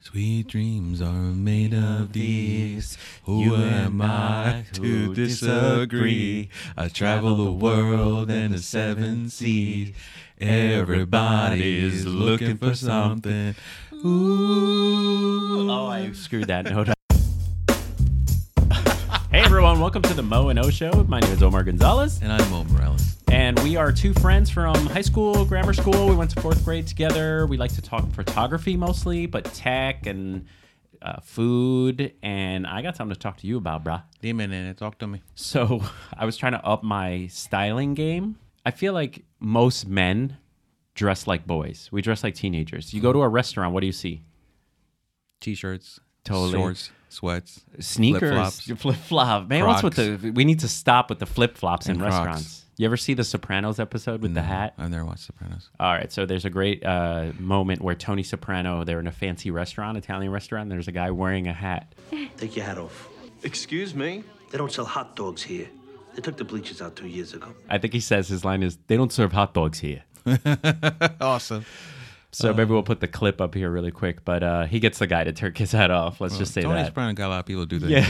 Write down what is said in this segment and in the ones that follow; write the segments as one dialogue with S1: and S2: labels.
S1: Sweet dreams are made of these. Who
S2: You
S1: am
S2: and
S1: I
S2: I
S1: to
S2: who
S1: disagree?
S2: disagree?
S1: I travel the world and the seven seas. Everybody's looking for something. Ooh.
S2: Oh, I screwed that note up. hey everyone, welcome to the Mo and O Show. My name is Omar Gonzalez,
S1: And I'm Mo Morales.
S2: and we are two friends from high school, grammar school. We went to fourth grade together. We like to talk photography mostly, but tech and uh, food. And I got something to talk to you about, brah.
S1: Demon in it. Talk to me.
S2: So I was trying to up my styling game. I feel like most men dress like boys. We dress like teenagers. You go to a restaurant, what do you see?
S1: T-shirts,
S2: Totally.
S1: shorts, sweats,
S2: Sneakers,
S1: flip-flops.
S2: flip flop. Man, what's
S1: Crocs.
S2: with the? We need to stop with the flip flops in
S1: And Crocs. Uh,
S2: restaurants. You ever see the Sopranos episode with the hat?
S1: I've never watched Sopranos.
S2: All right, so there's a great uh, moment where Tony Soprano, they're in a fancy restaurant, Italian restaurant. And there's a guy wearing a hat.
S3: Take your hat off.
S4: Excuse me?
S3: They don't sell hot dogs here. They took the bleachers out two years ago.
S2: I think he says his line is, "They don't serve hot dogs here."
S1: Awesome.
S2: So
S1: Uh.
S2: maybe we'll put the clip up here really quick. But uh, he gets the guy to take his hat off. Let's just say
S1: Tony
S2: that.
S1: Soprano got a lot of people to do that.
S2: Yeah.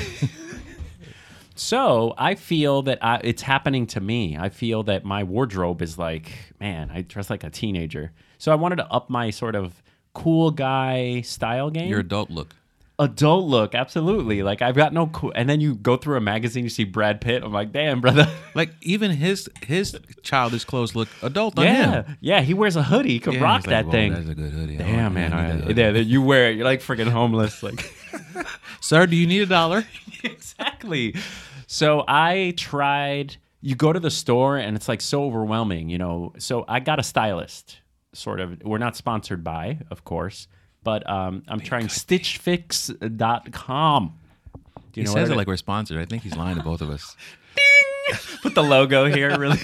S2: so I feel that I, it's happening to me. I feel that my wardrobe is like, man, I dress like a teenager. So I wanted to up my sort of cool guy style game.
S1: Your adult look.
S2: adult look, absolutely. Like I've got no cool. And then you go through a magazine, you see Brad Pitt. I'm like, damn, brother.
S1: Like even his his childish clothes look adult on him.
S2: yeah, yeah. He wears a hoodie. He could
S1: Yeah,
S2: rock
S1: he's like,
S2: that
S1: "Whoa,
S2: thing.
S1: That's a good hoodie.
S2: Damn, man.
S1: I need
S2: I,
S1: that hoodie."
S2: yeah, that you wear it. You're like freaking homeless. Like.
S1: Sir, do you need a dollar?
S2: exactly. So I tried. You go to the store and it's like so overwhelming, you know. So I got a stylist, sort of. We're not sponsored by, of course, but um, I'm trying StitchFix.com. Do
S1: He
S2: you know
S1: says
S2: what
S1: it
S2: I-
S1: like we're sponsored. I think he's lying to both of us.
S2: put the logo here really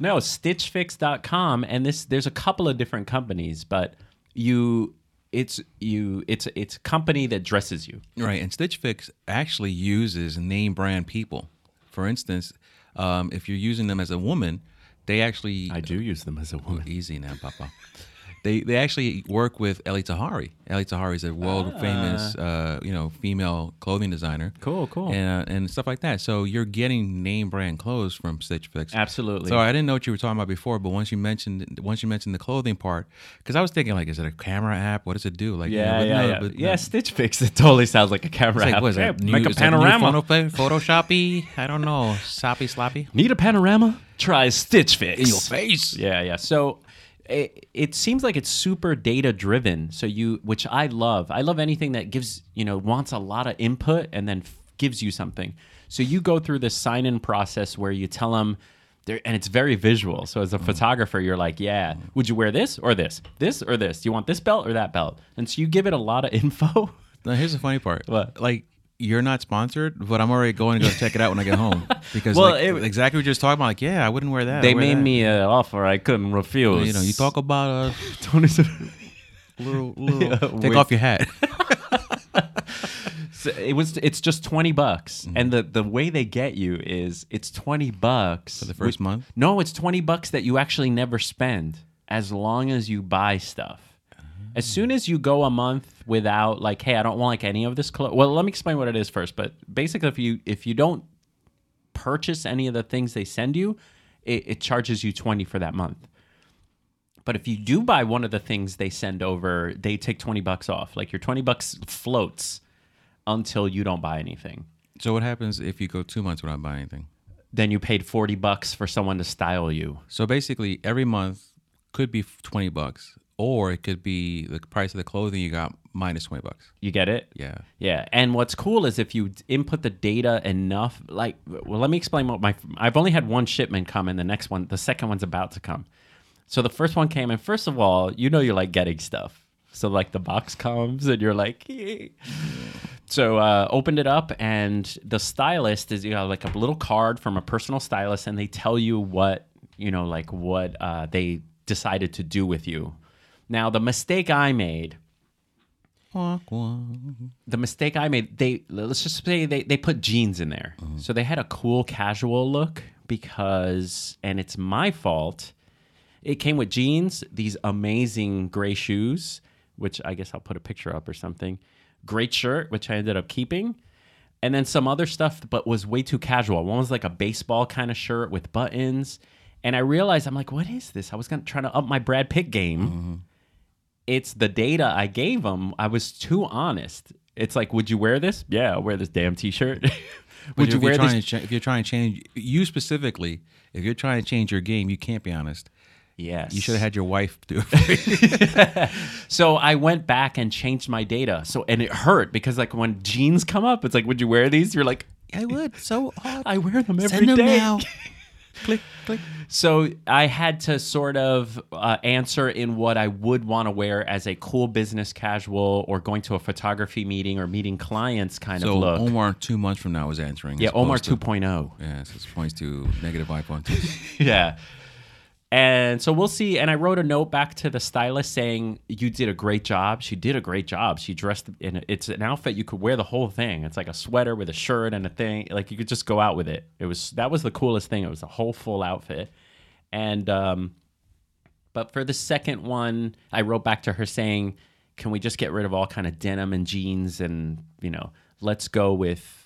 S2: no stitchfix.com and this there's a couple of different companies but you it's you it's it's a company that dresses you
S1: Right, and Stitch Fix actually uses name brand people. For instance, um, if you're using them as a woman, they actually
S2: do use them as a woman
S1: easy now, Papa. they they actually work with Ellie Tahari. Ellie Tahari is a world famous, uh, you know, female clothing designer.
S2: Cool, cool.
S1: and, uh, and stuff like that. So you're getting name brand clothes from Stitch Fix.
S2: Absolutely.
S1: So I didn't know what you were talking about before, but once you mentioned once you mentioned the clothing part, because I was thinking like, is it a camera app? What does it do? Like, you know,
S2: Yeah,
S1: but
S2: yeah,
S1: no,
S2: yeah.
S1: but
S2: yeah,
S1: no.
S2: Stitch Fix. It totally sounds like a camera.
S1: It's like,
S2: app.
S1: what is
S2: Yeah,
S1: that?
S2: make
S1: new-
S2: a
S1: is that new
S2: panorama.
S1: photo- Photoshoppy? I don't know. Soppy sloppy?
S2: Need a panorama? Try Stitch Fix.
S1: face.
S2: Yeah, yeah. So it, it seems like it's super data driven. So you, which I love. I love anything that gives you know wants a lot of input and then f- gives you something. So you go through this sign in process where you tell them. There, and it's very visual. So
S1: Mm.
S2: as a photographer, you're like, yeah, would you wear this or this, this or this? Do you want this belt or that belt? And so you give it a lot of info.
S1: Now, here's the funny part.
S2: What?
S1: Like, you're not sponsored, but I'm already going to go check it out when I get home. Because
S2: Well,
S1: like,
S2: it-
S1: exactly what you're just talking about. Like, yeah, I wouldn't wear that. I
S2: They
S1: wear
S2: made
S1: that.
S2: me an offer I couldn't refuse.
S1: You know, you talk about
S2: Tony Sor-
S1: a little, little. take
S2: with-
S1: off your hat.
S2: So it was it's just 20 bucks
S1: Mm-hmm.
S2: and the the way they get you is it's 20 bucks for
S1: the first month?
S2: no it's 20 bucks that you actually never spend as long as you buy stuff
S1: Ah.
S2: as soon as you go a month without like hey i don't want like any of this clothes well let me explain what it is first but basically if you if you don't purchase any of the things they send you it, it charges you 20 for that month but if you do buy one of the things they send over, they take 20 bucks off. Like your 20 bucks floats until you don't buy anything.
S1: so what happens if you go two months without buying anything?
S2: Then you paid 40 bucks for someone to style you.
S1: So basically, every month could be 20 bucks, or it could be the price of the clothing you got minus 20 bucks.
S2: You get it?
S1: Yeah.
S2: Yeah. And what's cool is if you d- input the data enough, like, well, let me explain what my, I've only had one shipment come and the next one, the second one's about to come. So the first one came, and first of all, you know, you like getting stuff. So like the box comes and you're like, "Yay." so uh, opened it up and the stylist is you know like a little card from a personal stylist and they tell you what you know like what uh, they decided to do with you. Now the mistake I made
S1: Wah, wah.
S2: the mistake I made, they let's just say they, they put jeans in there. So they had a cool casual look because and it's my fault. It came with jeans, these amazing gray shoes, which I guess I'll put a picture up or something. Great shirt, which I ended up keeping. And then some other stuff, but was way too casual. One was like a baseball kind of shirt with buttons. And I realized, I'm like, what is this? I was gonna try to up my Brad Pitt game. It's the data I gave them. I was too honest. It's like, would you wear this? Yeah, I'll wear this damn t shirt.
S1: But if you're trying to cha- if you're trying to change you specifically, if you're trying to change your game, you can't be honest.
S2: Yes.
S1: You should have had your wife do it.
S2: So I went back and changed my data. So and it hurt because like when jeans come up, it's like, would you wear these? You're like,
S1: I would. So hard.
S2: I wear them every day.
S1: Send them now. click, click.
S2: So I had to sort of uh, answer in what I would want to wear as a cool business casual or going to a photography meeting or meeting clients kind
S1: So
S2: of look.
S1: Omar two months from now is answering.
S2: yeah,
S1: as
S2: Omar oh.
S1: opposed to-
S2: 2.0.
S1: Yeah, so it's points to negative five point two.
S2: yeah. And so we'll see. And I wrote a note back to the stylist saying, "You did a great job. She did a great job. She dressed in a, it's an outfit you could wear the whole thing. It's like a sweater with a shirt and a thing. Like you could just go out with it. It was that was the coolest thing. It was a whole full outfit. And um, but for the second one, I wrote back to her saying, "Can we just get rid of all kind of denim and jeans and you know, let's go with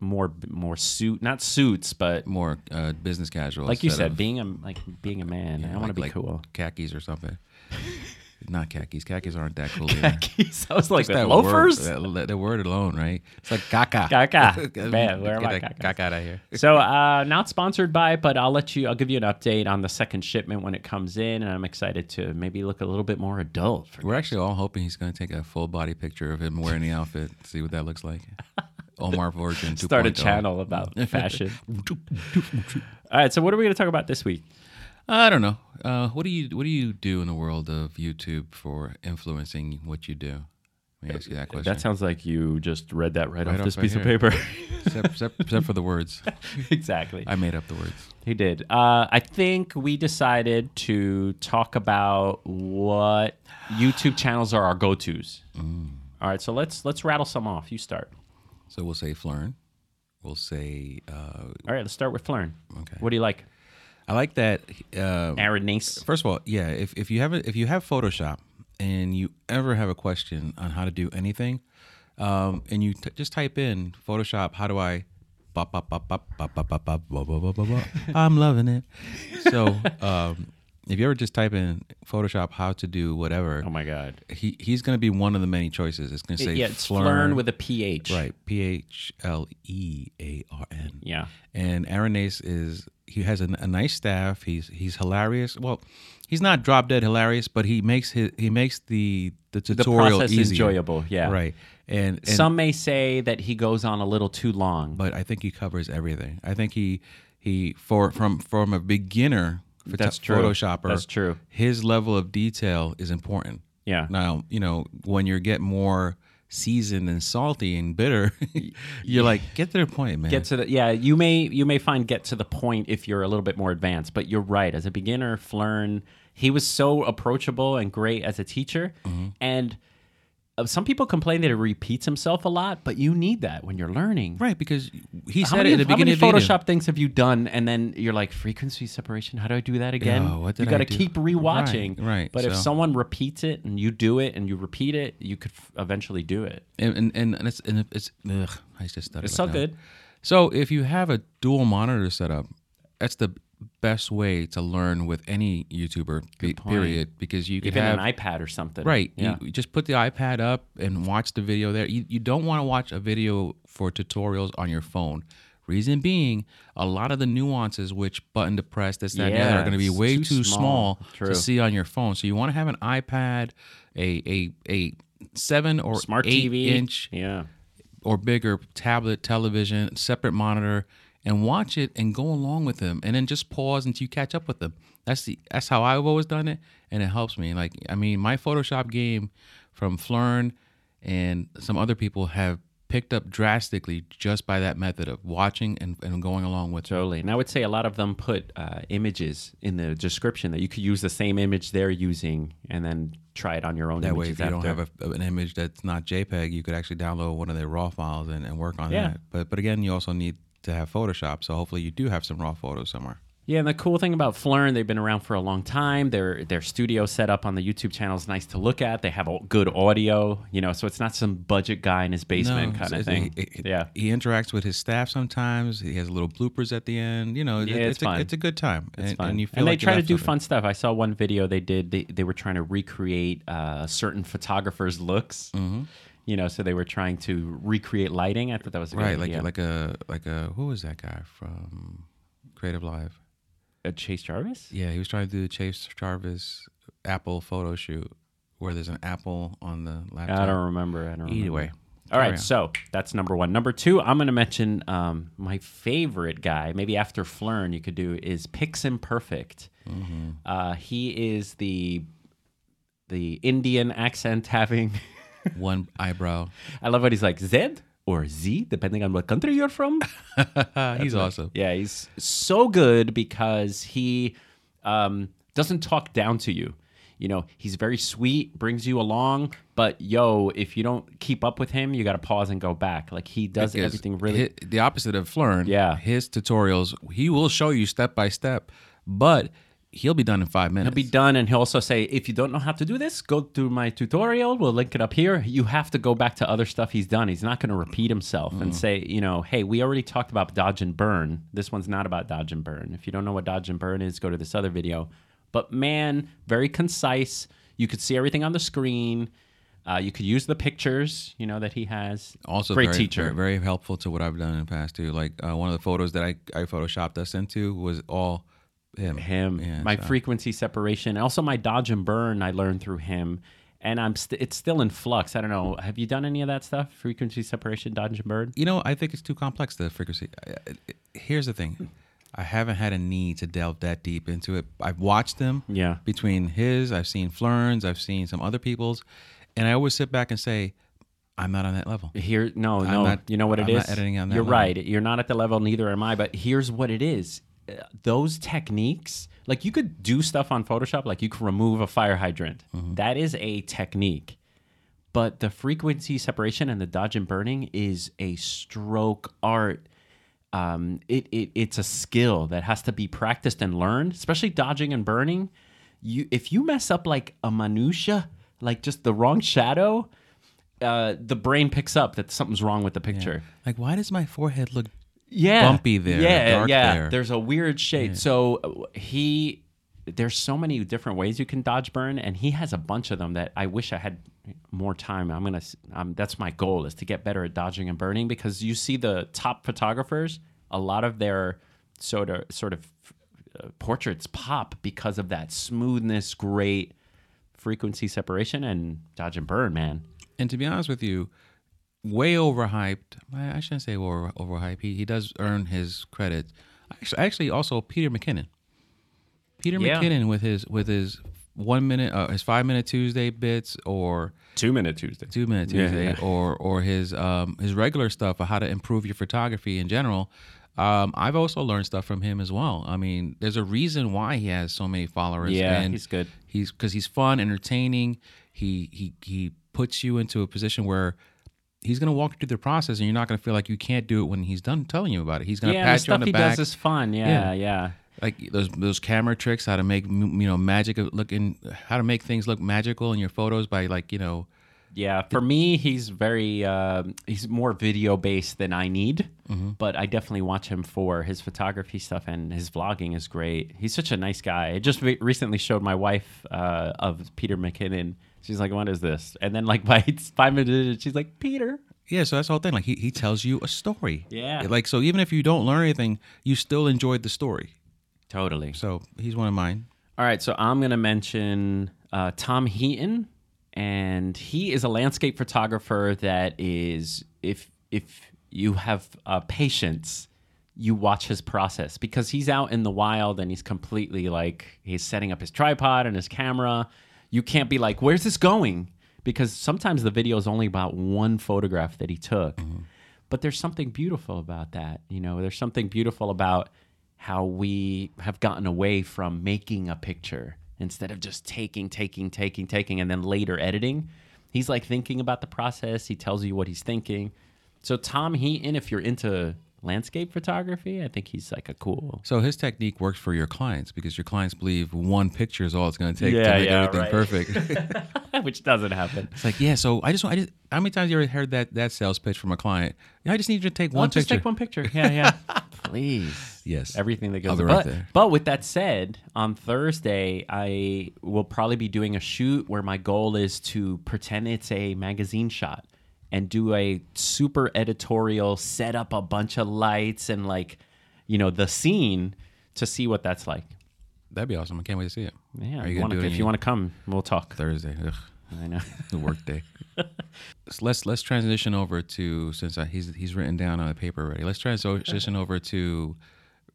S2: more more suit, not suits, but
S1: More uh, business casual.
S2: like you
S1: instead
S2: said,
S1: of-
S2: being a like being a man, I want to
S1: like-
S2: be
S1: like
S2: cool.
S1: Khakis or something. Not khakis. Khakis aren't that cool. either.
S2: Khakis. I was like
S1: Just that
S2: loafers.
S1: Word, that, that word alone, right? It's like caca.
S2: Caca. Man, where are my
S1: Get that
S2: cacas?
S1: caca out of here.
S2: so uh, not sponsored by, but I'll let you. I'll give you an update on the second shipment when it comes in, and I'm excited to maybe look a little bit more adult. For
S1: We're actually all hoping he's going to take a full body picture of him wearing the outfit. See what that looks like. Omar Virgin. oh.
S2: start a
S1: 2.0.
S2: channel about fashion. All right, so what are we going to talk about this week?
S1: I don't know. Uh, what do you What do you do in the world of YouTube for influencing what you do? Let me ask you that question.
S2: That sounds like you just read that right, off
S1: off
S2: this
S1: right
S2: piece
S1: here.
S2: of paper.
S1: except, except, except for the words.
S2: exactly.
S1: I made up the words.
S2: He did. Uh, I think we decided to talk about what YouTube channels are our go tos.
S1: Mm.
S2: All right, so let's let's rattle some off. You start.
S1: So we'll say Flern. We'll say. Uh,
S2: All right, let's start with Flern.
S1: Okay.
S2: What do you like?
S1: I like that. Uh,
S2: Aaron Nace.
S1: First of all, yeah, if, if you have a, if you have Photoshop and you ever have a question on how to do anything, um, and you t- just type in Photoshop, how do I bop, bop, bop, bop, bop, bop, bop, bop, bop, bop, bop, bop, bop. I'm loving it. So, um, if you ever just type in Photoshop how to do whatever,
S2: Oh my God.
S1: he he's going to be one of the many choices. It's going to say
S2: yeah, it's
S1: Flern,
S2: Flern with a PH.
S1: right, P H L E A R N.
S2: Yeah.
S1: And Aaron Nace is he has a, a nice staff. He's he's hilarious. Well, he's not drop dead hilarious, but he makes his he makes the the
S2: The
S1: tutorial
S2: process is
S1: easier.
S2: enjoyable. Yeah.
S1: Right. And, and
S2: Some may say that he goes on a little too long.
S1: but I think he covers everything. I think he he for from from a beginner photo-
S2: That's true.
S1: photoshopper.
S2: That's true.
S1: His level of detail is important.
S2: Yeah.
S1: Now, you know, when you get more seasoned and salty and bitter, you're like, get to the point, man.
S2: get to the yeah you may you may find get to the point if you're a little bit more advanced but you're right as a beginner flern he was so approachable and great as a teacher
S1: Mm-hmm.
S2: and uh, some people complain that he repeats himself a lot but you need that when you're learning
S1: right, because he
S2: How
S1: said
S2: many,
S1: it at the
S2: how many
S1: beginning of the video.
S2: Photoshop things have you done, and then you're like frequency separation? How do I do that again?
S1: Oh, what did
S2: you
S1: I
S2: gotta
S1: do?
S2: keep rewatching,
S1: Right, right,
S2: But if
S1: so-
S2: someone repeats it and you do it and you repeat it, you could f- eventually do it.
S1: and and and and it's and it's ugh, I just stuttered
S2: It's
S1: like that.
S2: so good.
S1: So if you have a dual monitor setup, that's the best way to learn with any YouTuber. Be, period, because you could
S2: Even
S1: have
S2: an iPad or something,
S1: right.
S2: Yeah.
S1: You just put the iPad up and watch the video there. You, you don't want to watch a video for tutorials on your phone. Reason being, a lot of the nuances, which button to press, this, that, and the other,
S2: Yeah,
S1: are going to be
S2: it's
S1: way
S2: too
S1: too, small,
S2: small. True.
S1: to see on your phone. So you want to have an iPad, a a a seven or
S2: Smart
S1: eight
S2: TV,
S1: inch
S2: yeah.
S1: or bigger tablet, television, separate monitor, and watch it and go along with them, and then just pause until you catch up with them. That's the that's how I've always done it, and it helps me. Like I mean, my Photoshop game from Flern and some other people have picked up drastically just by that method of watching and, and going along with it.
S2: Totally. And I would say a lot of them put uh, images in the description that you could use the same image they're using and then try it on your own
S1: That way,
S2: images
S1: if you don't
S2: after.
S1: have a, an image that's not JPEG, you could actually download one of their RAW files and, and work on
S2: Yeah.
S1: that. But but again, you also need to have Photoshop. So hopefully, you do have some RAW photos somewhere.
S2: Yeah, and the cool thing about Flurn, they've been around for a long time. Their their studio setup on the YouTube channel is nice to look at. They have a good audio, you know, so it's not some budget guy in his basement
S1: it's-
S2: kind of
S1: it's-
S2: thing.
S1: he- he-
S2: yeah.
S1: he interacts with his staff sometimes. He has little bloopers at the end. You know, it-
S2: Yeah,
S1: it-
S2: it's
S1: a,
S2: fun.
S1: it's a good time.
S2: It's
S1: and,
S2: fun.
S1: and
S2: And,
S1: you feel
S2: they
S1: like you
S2: try to
S1: left
S2: do
S1: something.
S2: fun stuff. I saw one video they did. They, they were trying to recreate uh, certain photographers' looks.
S1: Mm-hmm.
S2: You know, so they were trying to recreate lighting. I thought that was a good
S1: right? Like
S2: idea.
S1: like a like a who was that guy from Creative Live?
S2: Uh, Chase Jarvis.
S1: Yeah, he was trying to do the Chase Jarvis Apple photo shoot where there's an apple on the laptop.
S2: I don't remember. I don't remember.
S1: Either way,
S2: All right,
S1: on.
S2: so that's number one. Number two, I'm going to mention um, my favorite guy. Maybe after Flurn, you could do is Pix Imperfect. Uh, he is the the Indian accent having.
S1: one eyebrow.
S2: I love what he's like Zed or Z, depending on what country you're from.
S1: Ah, He's awesome.
S2: Yeah, he's so good because he um, doesn't talk down to you. You know, he's very sweet, brings you along, but yo, if you don't keep up with him, you got to pause and go back. Like he does
S1: Because
S2: everything really.
S1: hi- the opposite of Flurn.
S2: Yeah.
S1: his tutorials he will show you step by step, but he'll be done in five minutes.
S2: He'll be done, and he'll also say, if you don't know how to do this, go to my tutorial. We'll link it up here. You have to go back to other stuff he's done. He's not going to repeat himself
S1: Mm.
S2: and say, you know, hey, we already talked about dodge and burn. This one's not about dodge and burn. If you don't know what dodge and burn is, go to this other video. But man, very concise. You could see everything on the screen. Uh, you could use the pictures, you know, that he has.
S1: also
S2: great
S1: very,
S2: teacher.
S1: very, very helpful to what I've done in the past too. Like uh, one of the photos that I, I photoshopped us into was all him.
S2: him.
S1: Yeah,
S2: my
S1: so-
S2: frequency separation, and also my dodge and burn. I learned through him, and I'm st- it's still in flux. I don't know. Have you done any of that stuff? Frequency separation, dodge and burn.
S1: You know, I think it's too complex the frequency. I- I- Here's the thing. I haven't had a need to delve that deep into it. I've watched them.
S2: Yeah.
S1: Between his, I've seen Flern's, I've seen some other people's, and I always sit back and say, I'm not on that level.
S2: Here, no, no.
S1: not-
S2: you know what it
S1: I'm
S2: is.
S1: not editing on that
S2: You're
S1: level.
S2: right. You're not at the level. Neither am I. But here's what it is: Uh, those techniques. Like you could do stuff on Photoshop. Like you could remove a fire hydrant.
S1: Mm-hmm.
S2: That is a technique. But the frequency separation and the dodge and burning is a stroke art. Um, it, it it's a skill that has to be practiced and learned, especially dodging and burning. You if you mess up like a minutia, like just the wrong shadow, uh, the brain picks up that something's wrong with the picture.
S1: Like, why does my forehead look?
S2: Yeah,
S1: Bumpy there,
S2: Yeah,
S1: dark
S2: yeah.
S1: there.
S2: There's a weird shade. So uh, he, there's so many different ways you can dodge burn, and he has a bunch of them that I wish I had more time. I'm gonna. s- Um, that's my goal is to get better at dodging and burning because you see the top photographers, a lot of their sort of sort of uh, portraits pop because of that smoothness, great frequency separation, and dodge and burn. Man,
S1: And to be honest with you, way overhyped. I I shouldn't say over, overhyped. He, he does earn his credit. Actually, actually, also Peter McKinnon. Peter
S2: Yeah.
S1: McKinnon with his with his one minute, uh, his five minute Tuesday bits, or
S2: two minute Tuesday.
S1: two minute
S2: Yeah.
S1: Tuesday, or or his um, his regular stuff of how to improve your photography in general. Um, I've also learned stuff from him as well. I mean, there's a reason why he has so many followers.
S2: Yeah,
S1: and
S2: he's good.
S1: He's because he's fun, entertaining. He he he puts you into a position where he's gonna walk you through the process, and you're not gonna feel like you can't do it when he's done telling you about it. He's gonna
S2: Yeah, and the
S1: pat you
S2: stuff
S1: on the
S2: he
S1: back
S2: does is fun.
S1: Yeah.
S2: yeah. yeah.
S1: like those those camera tricks, how to make m- you know magic of looking, how to make things look magical in your photos by like you know
S2: Yeah, for me, he's very um he's more video based than I need, but I definitely watch him for his photography stuff and his vlogging is great. He's such a nice guy. I just re- recently showed my wife uh, of Peter McKinnon. She's like, "What is this?" And then like by five minutes, in, she's like, "Peter."
S1: Yeah, so that's the whole thing. Like he, he tells you a story.
S2: Yeah.
S1: Like so even if you don't learn anything, you still enjoyed the story.
S2: Totally.
S1: So he's one of mine.
S2: All right, so I'm going to mention uh, Tom Heaton, and he is a landscape photographer that is if if you have uh, patience, you watch his process because he's out in the wild and he's completely like he's setting up his tripod and his camera. You can't be like, "Where's this going?" Because sometimes the video is only about one photograph that he took but there's something beautiful about that you know there's something beautiful about how we have gotten away from making a picture instead of just taking taking taking taking and then later editing he's like thinking about the process he tells you what he's thinking so tom heaton if you're into landscape photography. I think he's like a cool.
S1: So his technique works for your clients because your clients believe one picture is all it's going to take
S2: Yeah,
S1: to make
S2: yeah,
S1: everything
S2: right.
S1: perfect.
S2: which doesn't happen.
S1: it's like, yeah. So I just, want- I just, how many times you ever heard that that sales pitch from a client? Yeah, I just need you to take
S2: I'll
S1: one
S2: just
S1: picture.
S2: take one picture. Yeah, yeah. Please.
S1: Yes.
S2: Everything that
S1: I'll
S2: goes
S1: be
S2: up.
S1: right
S2: but,
S1: there.
S2: but with that said, on Thursday, I will probably be doing a shoot where my goal is to pretend it's a magazine shot and do a super editorial, set up a bunch of lights and like, you know, the scene to see what that's like.
S1: That'd be awesome. I can't wait to see it.
S2: Yeah,
S1: Are you gonna
S2: you wanna-
S1: do it
S2: if
S1: in-
S2: you want to come, we'll talk.
S1: Thursday. Ugh,
S2: I know.
S1: the work day. So let's let's transition over to since I, he's he's written down on the paper already. Let's transition over to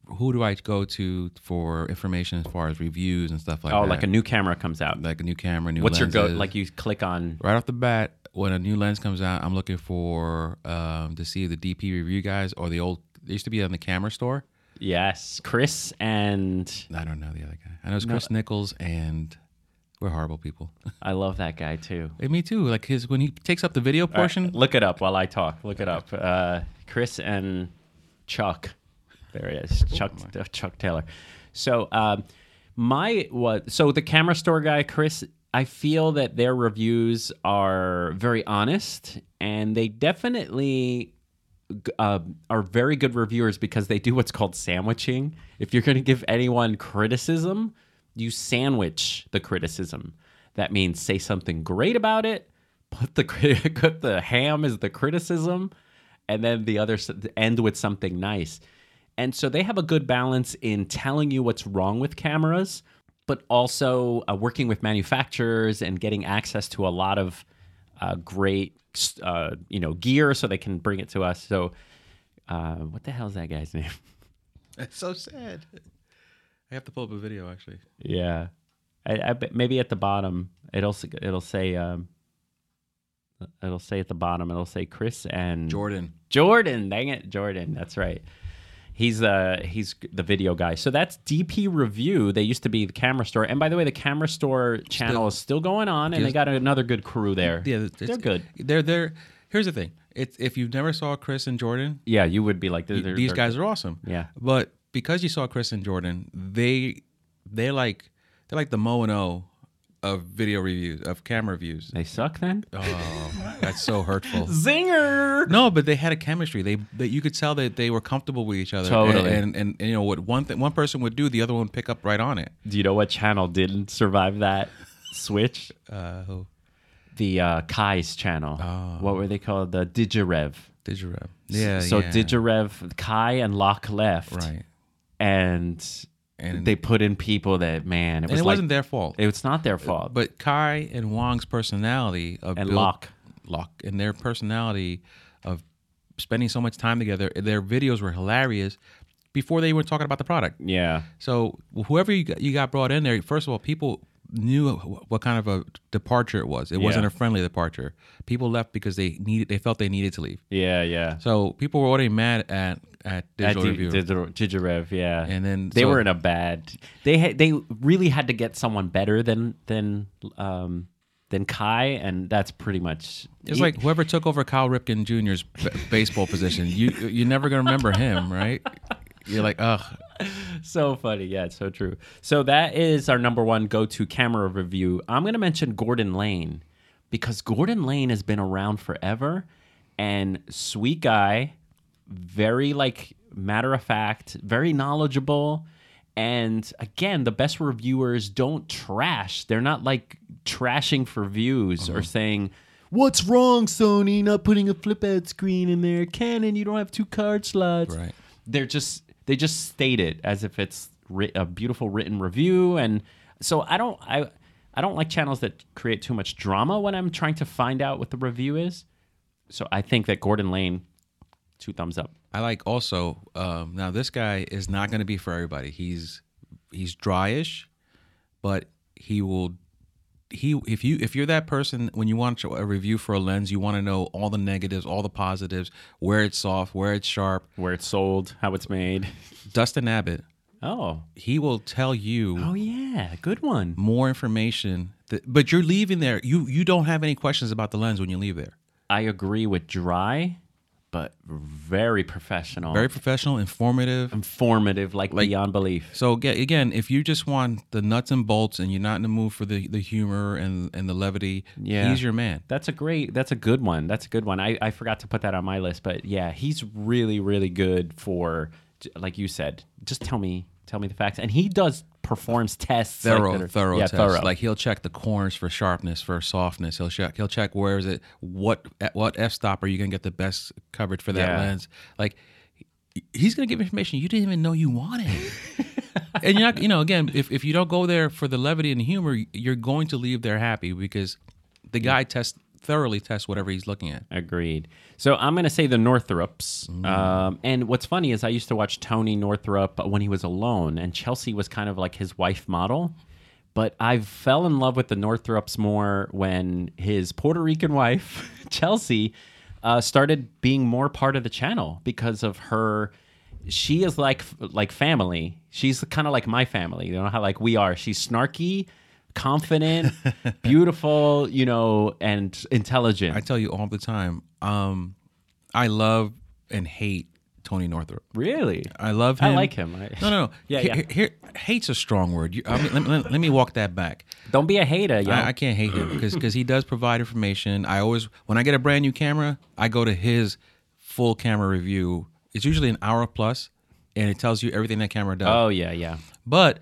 S1: who do I go to for information as far as reviews and stuff like
S2: Oh,
S1: that.
S2: like a new camera comes out.
S1: like a new camera, new
S2: What's your go?
S1: lenses.
S2: Like you click on
S1: right off the bat when a new lens comes out i'm looking for um, to see the dp review guys or the old they used to be on the camera store
S2: yes, Chris and
S1: i don't know the other guy i know it's chris nichols and we're horrible people
S2: I love that guy too.
S1: and me too like his when he takes up the video portion
S2: Look it up while I talk. Look it up. Uh, Chris and Chuck. There he is. Chuck uh, Chuck Taylor. So um, my what so the camera store guy, Chris, I feel that their reviews are very honest and they definitely g- uh, are very good reviewers because they do what's called sandwiching. If you're going to give anyone criticism, you sandwich the criticism. That means say something great about it, put the crit- put the ham is the criticism, and then the other s- end with something nice. And so they have a good balance in telling you what's wrong with cameras, but also uh, working with manufacturers and getting access to a lot of uh, great uh, you know gear so they can bring it to us. So uh, what the hell is that guy's name?
S1: it's so sad i have to pull up a video actually
S2: Yeah, I, I bet maybe at the bottom it'll s- it'll say um, it'll say at the bottom it'll say Chris and
S1: jordan
S2: Jordan, dang it, Jordan. That's right. He's uh he's the video guy. So that's DP Review. They used to be the Camera Store, and by the way, the Camera Store channel is still going on, and they got another good crew there.
S1: yeah it's-
S2: they're good.
S1: they're they're here's the thing it's if you never saw chris and jordan
S2: Yeah, you would be like they're,
S1: these
S2: they're-
S1: guys are awesome.
S2: Yeah.
S1: But because you saw Chris and Jordan, they they like they're like the Mo and O of video reviews of camera reviews.
S2: They suck then.
S1: Oh, that's so hurtful.
S2: Zinger.
S1: No, but they had a chemistry. They that you could tell that they were comfortable with each other.
S2: Totally.
S1: And and, and, you know what one thing one person would do, the other one would pick up right on it.
S2: Do you know what channel didn't survive that switch?
S1: Uh, who?
S2: The uh, Kai's channel. What were they called? The Digirev.
S1: Digirev. Oh. Yeah.
S2: So
S1: yeah.
S2: Digirev, Kai and Locke left.
S1: Right.
S2: and,
S1: And-
S2: they put in people that man it
S1: And
S2: was
S1: it
S2: like
S1: wasn't their fault.
S2: it's not their fault
S1: But Kai and Wong's personality of
S2: And
S1: build-
S2: Locke.
S1: Locke, and their personality of spending so much time together. Their videos were hilarious before they were talking about the product.
S2: yeah
S1: So whoever you got, you got brought in there, first of all, people knew wh- what kind of a departure it was. It wasn't
S2: Yeah.
S1: a friendly departure. People left because they needed, they felt they needed to leave.
S2: yeah yeah
S1: So people were already mad at at
S2: At
S1: digital
S2: Di-
S1: review.
S2: Digital- Digirev, yeah,
S1: And then-
S2: they
S1: so-
S2: were in a bad. They had they really had to get someone better than than um than Kai, and that's pretty much.
S1: It's like whoever took over Kyle Ripken Jr.'s b- baseball position. You you're never gonna remember him, right? You're like, ugh,
S2: so funny. Yeah, it's so true. So that is our number one go to camera review. I'm going to mention Gordon Lane because Gordon Lane has been around forever and sweet guy, very like matter of fact, very knowledgeable. And again, the best reviewers don't trash. They're not like trashing for views or saying, What's wrong, Sony? Not putting a flip out screen in there. Canon, you don't have two card slots
S1: Right.
S2: they're just they just state it as if it's writ- a beautiful written review and so i don't i i don't like channels that create too much drama when i'm trying to find out what the review is so i think that gordon lane two thumbs up
S1: I like also um, now this guy is not going to be for everybody. He's he's dryish, but he will he if you if you're that person when you want a review for a lens, you want to know all the negatives, all the positives, where it's soft, where it's sharp.
S2: where it's sold how it's made
S1: Dustin Abbott,
S2: oh
S1: he will tell you
S2: oh yeah good one
S1: more information. That, but you're leaving there, you you don't have any questions about the lens when you leave there.
S2: i agree with dry but very professional,
S1: Very professional, informative.
S2: informative, like, beyond belief.
S1: So aga- again, if you just want the nuts and bolts and you're not in the mood for the, the humor and, and the levity,
S2: Yeah.
S1: he's your man.
S2: That's a great. That's a good one. That's a good one. I, I forgot to put that on my list, but yeah, he's really really good for j- like you said. Just tell me tell me the facts, and he does performs tests like
S1: Thorough,
S2: that are-
S1: thorough
S2: yeah,
S1: test. Like he'll check the corners for sharpness, for softness. He'll check. He'll check where is it. What at what f stop are you gonna get the best coverage for that
S2: Yeah.
S1: lens? Like he- he's gonna give information you didn't even know you wanted. and you're not, you know, again, if if you don't go there for the levity and humor, you're going to leave there happy because the guy tests thoroughly tests whatever he's looking at.
S2: Agreed. So I'm going to say the Northrops. Um, and what's funny is I used to watch Tony Northrup when he was alone, and Chelsea was kind of like his wife model. But I fell in love with the Northrops more when his Puerto Rican wife, Chelsea, uh, started being more part of the channel because of her. She is like like family. She's kind of like my family. You know how like we are. She's snarky, confident, beautiful, you know, and intelligent.
S1: I tell you all the time. Um, I love and hate Tony Northrup.
S2: Really?
S1: I love him.
S2: I like him. I-
S1: No, no, no.
S2: Yeah,
S1: Here-
S2: yeah.
S1: here- here- hate's a strong word. You, I mean, let, let- let me walk that back.
S2: Don't be a hater, yo.
S1: I, I can't hate him because he does provide information. I always, when I get a brand new camera, I go to his full camera review. It's usually an hour plus, and it tells you everything that camera does.
S2: oh yeah, yeah.
S1: but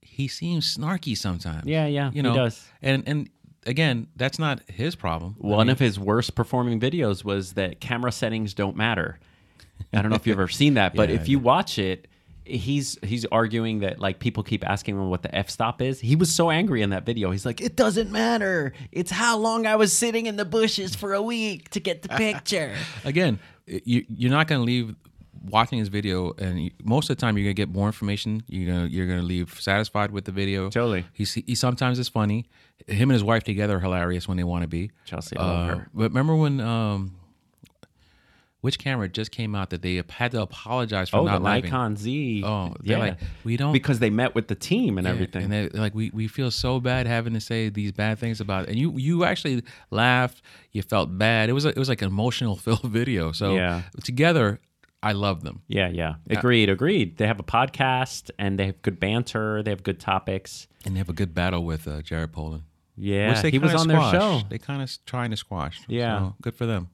S1: he seems snarky sometimes.
S2: Yeah, yeah,
S1: You
S2: he
S1: know,
S2: does.
S1: And and again, that's not his problem.
S2: One of his worst performing videos was that camera settings don't matter. I don't know if you've ever seen that, but if you watch it, he's he's arguing that like people keep asking him what the f stop is. He was so angry in that video. He's like, "It doesn't matter. It's how long I was sitting in the bushes for a week to get the picture."
S1: again, you you're not gonna leave watching his video, and you, most of the time you're gonna get more information. You're gonna you're gonna leave satisfied with the video.
S2: Totally.
S1: He's, he sometimes is funny. Him and his wife together are hilarious when they want to be.
S2: Chelsea, I love
S1: uh,
S2: her.
S1: but remember when um, which camera just came out that they had to apologize for
S2: Oh,
S1: not
S2: the
S1: living?
S2: Nikon Z.
S1: Oh, they're like, "We don't-"
S2: because they met with the team and
S1: Yeah,
S2: everything.
S1: and they like we, we feel so bad having to say these bad things about it. and you you actually laughed you felt bad it was a, it was like an emotional filled video so
S2: Yeah.
S1: together I love them
S2: Yeah, yeah. Agreed, agreed. They have a podcast and they have good banter, they have good topics.
S1: and they have a good battle with uh, Jared Poland.
S2: Yeah.
S1: Which they
S2: he was
S1: kinda
S2: on their show.
S1: squashed. They kind of trying to squash.
S2: Yeah.
S1: So, good for them.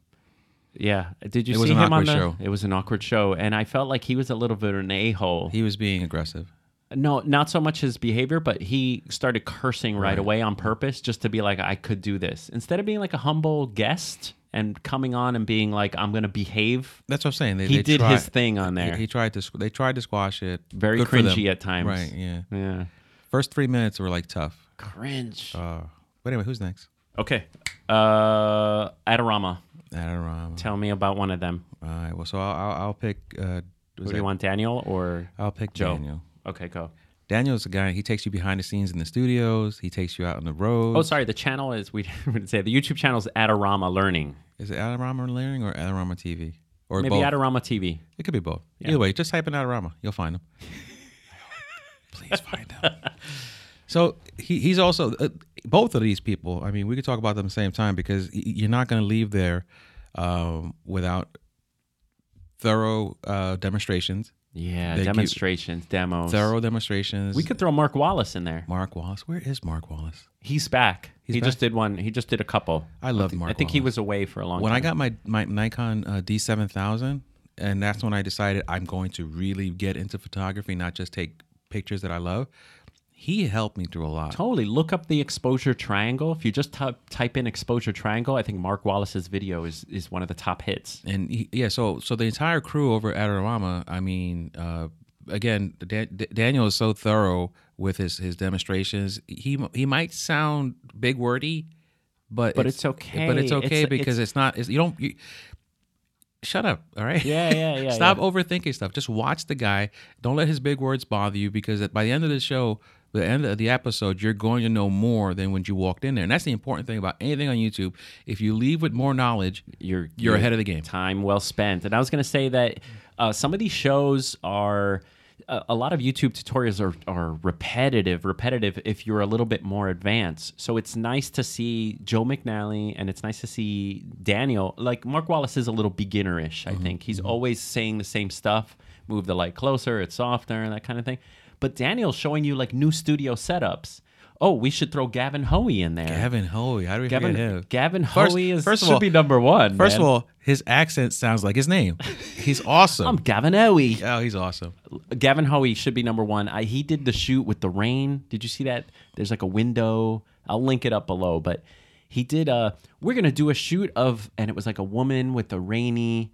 S2: Yeah. Did you
S1: It
S2: see
S1: was an
S2: him on
S1: awkward
S2: the
S1: show.
S2: It was an awkward show and I felt like he was a little bit of an a-hole.
S1: He was being aggressive.
S2: no, not so much his behavior, but he started cursing right, away on purpose just to be like I could do this. Instead of being like a humble guest and coming on and being like I'm going to behave.
S1: That's what I'm saying. They,
S2: He
S1: they
S2: did
S1: try-
S2: his thing on there.
S1: He, he tried to. squ- They tried to squash it.
S2: Very
S1: Good for them.
S2: cringy at times.
S1: Right. Yeah.
S2: yeah.
S1: First three minutes were like tough.
S2: Cringe.
S1: Uh, but anyway, who's next?
S2: okay. Uh Adorama.
S1: Adorama.
S2: Tell me about one of them.
S1: All right. Well, so I'll I'll, I'll pick. Uh,
S2: Who
S1: was
S2: do
S1: that-
S2: you want, Daniel or
S1: I'll pick
S2: Joe?
S1: Daniel.
S2: Okay, go.
S1: Daniel's the guy. He takes you behind the scenes in the studios. He takes you out on the road.
S2: Oh, sorry. The channel is we didn't say the YouTube channel is Adorama Learning.
S1: Is it Adorama Learning or Adorama TV or
S2: Maybe
S1: both?
S2: Adorama TV.
S1: It could be both. Either way, just type in Adorama. You'll find him. Please find him. So he, he's also, uh, both of these people, I mean, we could talk about them at the same time because y- you're not going to leave there um, without thorough uh, demonstrations,
S2: Yeah,
S1: They keep-
S2: demonstrations, demos.
S1: thorough demonstrations.
S2: We could throw Mark Wallace in there.
S1: Mark Wallace. Where is Mark Wallace?
S2: He's back. he just did one. He just did a couple.
S1: I love Mark
S2: I think he was away for a long
S1: when
S2: time.
S1: I got my my Nikon uh, D7000, and that's when I decided I'm going to really get into photography, not just take pictures that I love. He helped me through a lot.
S2: Totally. Look up the exposure triangle. If you just type type in exposure triangle, I think Mark Wallace's video is is one of the top hits.
S1: and he, yeah, so so the entire crew over at Adorama, I mean, uh, again, Dan, D- Daniel is so thorough with his his demonstrations. He he might sound big wordy, but
S2: But it's okay.
S1: But it's
S2: It's-
S1: okay
S2: it's-
S1: because it's, not. It's, you don't. You, shut up. All right.
S2: Yeah, yeah, yeah,
S1: Stop
S2: yeah.
S1: overthinking stuff. Just watch the guy. Don't let his big words bother you because at- by the end of the show. The end of the episode, you're going to know more than when you walked in there, and that's the important thing about anything on YouTube. If you leave with more knowledge,
S2: you're
S1: You're ahead of the game.
S2: Time well spent. And I was going to say that uh, some of these shows are a, a lot of YouTube tutorials are, are repetitive, repetitive if you're a little bit more advanced. So it's nice to see Joe McNally and it's nice to see Daniel. Like Mark Wallace is a little beginnerish, I think. He's always saying the same stuff move the light closer, it's softer, and that kind of thing. But Daniel's showing you like new studio setups. Oh, we should throw Gavin Hoey in there.
S1: Gavin Hoey. How do we
S2: Gavin,
S1: forget him?
S2: Gavin
S1: First-
S2: Hoey is
S1: first of
S2: should
S1: all-
S2: be number one.
S1: First
S2: man.
S1: of all, his accent sounds like his name. He's awesome.
S2: I'm Gavin Hoey.
S1: oh, he's awesome.
S2: Gavin Hoey should be number one. I, he did the shoot with the rain. Did you see that? There's like a window. I'll link it up below, but he did. Uh, we're gonna do a shoot of, and it was like a woman with a rainy,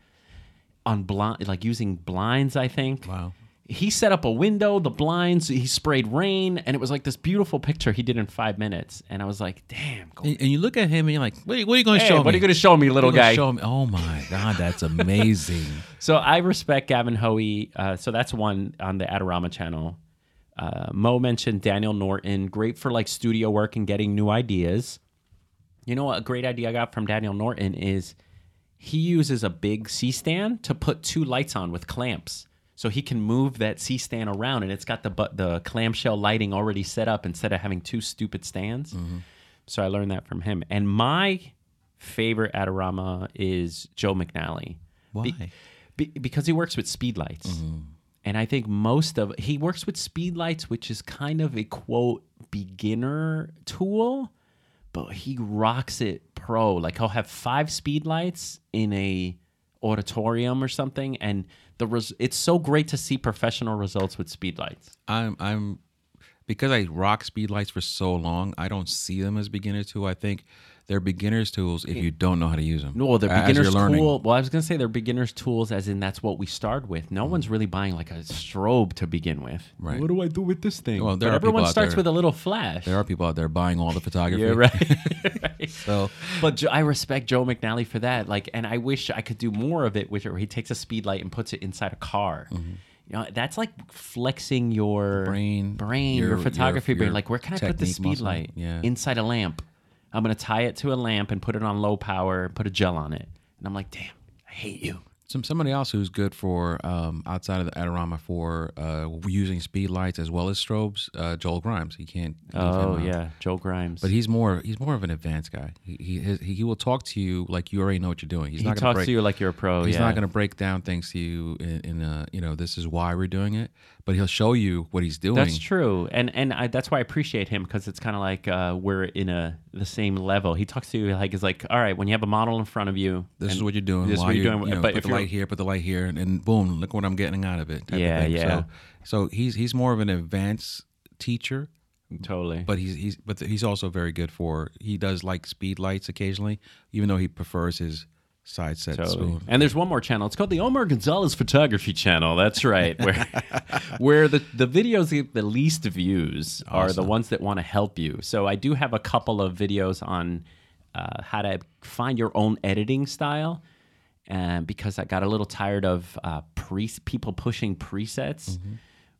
S2: on blind, like using blinds. I think.
S1: Wow.
S2: He set up a window, the blinds. He sprayed rain, and it was like this beautiful picture he did in five minutes. And I was like, "Damn, go-
S1: And, and you look at him and you're like, what are you, going to
S2: hey,
S1: show
S2: what
S1: me?
S2: are you gonna show me, little
S1: What are you gonna
S2: guy?"
S1: Show me? Oh my God, that's amazing.
S2: So I respect Gavin Hoey. Uh, so that's one on the Adorama channel. Uh, Mo mentioned Daniel Norton, great for like studio work and getting new ideas. You know, what? a great idea I got from Daniel Norton is he uses a big C stand to put two lights on with clamps. So he can move that C stand around and it's got the but the clamshell lighting already set up instead of having two stupid stands. So I learned that from him. And my favorite Adorama is Joe McNally.
S1: Why?
S2: Be- because he works with speedlights. And I think most of he works with speedlights, which is kind of a quote beginner tool, but he rocks it pro. Like he'll have five speedlights in a auditorium or something, and the res- it's so great to see professional results with speedlights.
S1: I'm I'm because I rock speed lights for so long, I don't see them as beginner tool. I think they're beginners tools if you don't know how to use them.
S2: No, they're
S1: a- as
S2: beginners
S1: you're learning.
S2: tool. Well, I was gonna say they're beginners tools, as in that's what we start with. No one's really buying like a strobe to begin with.
S1: Right.
S2: What do I do with this thing?
S1: Well, there
S2: But
S1: are people
S2: everyone
S1: out
S2: starts
S1: there-
S2: with a little flash.
S1: There are people out there buying all the photography.
S2: Yeah, right. Right.
S1: So
S2: But Jo- I respect Joe McNally for that. Like, and I wish I could do more of it, which where he takes a speed light and puts it inside a car.
S1: Mm-hmm.
S2: You know, that's like flexing your
S1: Brain,
S2: brain, your,
S1: your-
S2: photography
S1: your-
S2: brain.
S1: your
S2: Like, where can I put the
S1: technique
S2: speed
S1: muscle,
S2: light
S1: yeah.
S2: inside a lamp? I'm gonna tie it to a lamp and put it on low power, put a gel on it, and I'm like, damn, I hate you.
S1: Some somebody else who's good for um, outside of the Adorama for uh, using speed lights as well as strobes. Uh, Joel Grimes, he can't. leave him
S2: Oh
S1: out.
S2: yeah, Joe Grimes.
S1: but he's more he's more of an advanced guy. He he, his, he will talk to you like you already know what you're doing. He's
S2: he
S1: not
S2: talks
S1: gonna break,
S2: to you like you're a pro.
S1: He's
S2: Oh, yeah.
S1: not going to break down things to you in, in uh, you know this is why we're doing it, but he'll show you what he's doing.
S2: That's true, and and I, that's why I appreciate him because it's kind of like uh, we're in a the same level. He talks to you like he's like, all right, when you have a model in front of you,
S1: This
S2: and
S1: is what you're doing.
S2: This is
S1: why
S2: what you're
S1: you're-
S2: doing.
S1: you know,
S2: but
S1: put
S2: if
S1: the
S2: you're
S1: light here, put the light here, and, and boom, look what I'm getting out of it. type of
S2: Yeah,
S1: thing.
S2: yeah.
S1: So, so he's he's more of an advanced teacher.
S2: totally,
S1: but he's he's but he's also very good for he does like speed lights occasionally, even though he prefers his side set
S2: Totally.
S1: spoon.
S2: And there's one more channel. It's called the Omar Gonzalez Photography Channel. That's right. Where where the, the videos that get the least views are the ones that want to help you. So I do have a couple of videos on uh, how to find your own editing style. And because I got a little tired of uh, pre- people pushing presets,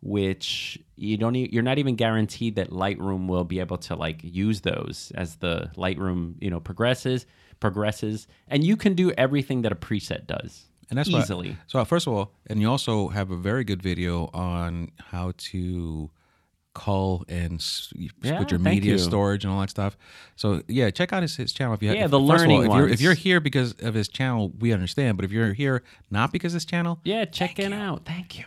S2: which you don't, e- you're not even guaranteed that Lightroom will be able to like use those as the Lightroom you know progresses progresses, and you can do everything that a preset does,
S1: And that's why-
S2: easily.
S1: so uh, first of all, and you also have a very good video on how to cull and s-
S2: Yeah,
S1: with your
S2: thank
S1: media
S2: you.
S1: storage and all that stuff. So yeah, check out his, his channel if you ha-
S2: Yeah, the
S1: first of all,
S2: learning
S1: if you're, if
S2: ones.
S1: you're here because of his channel, we understand. But if you're here not because of his channel,
S2: Yeah, check it out. Thank you.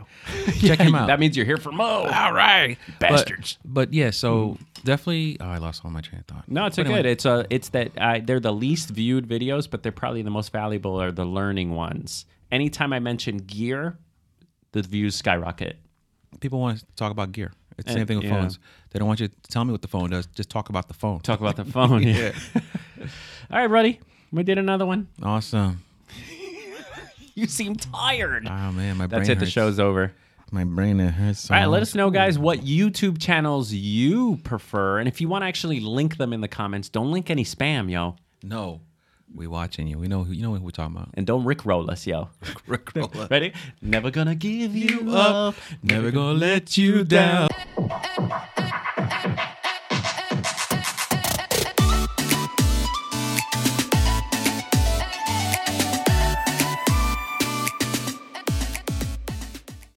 S1: Check him out.
S2: That means you're here for Mo.
S1: all right,
S2: bastards. Hmm.
S1: But, but yeah, so definitely. Oh, I lost all my train of thought.
S2: No, it's
S1: But
S2: okay.
S1: anyway.
S2: It's uh, it's that uh, they're the least viewed videos, but they're probably the most valuable are the learning ones. Anytime I mention gear, the views skyrocket.
S1: people want to talk about gear. It's the
S2: And-
S1: same thing with
S2: yeah.
S1: phones. They don't want you to tell me what the phone does. Just talk about the phone.
S2: Talk about the phone. yeah. All right, buddy. We did another one.
S1: Awesome.
S2: You seem tired.
S1: Oh man, my brain.
S2: That's it. The
S1: hurts.
S2: show's over.
S1: My brain it hurts. So
S2: All right, let
S1: much.
S2: us know, guys, what YouTube channels you prefer, and if you want to actually link them in the comments, don't link any spam, yo,
S1: No, we watching you. We know who. You know who we're talking about.
S2: and don't rickroll us, yo.
S1: Rick Roller.
S2: Ready? Never gonna give you
S1: up.
S2: up.
S1: Never gonna let you down.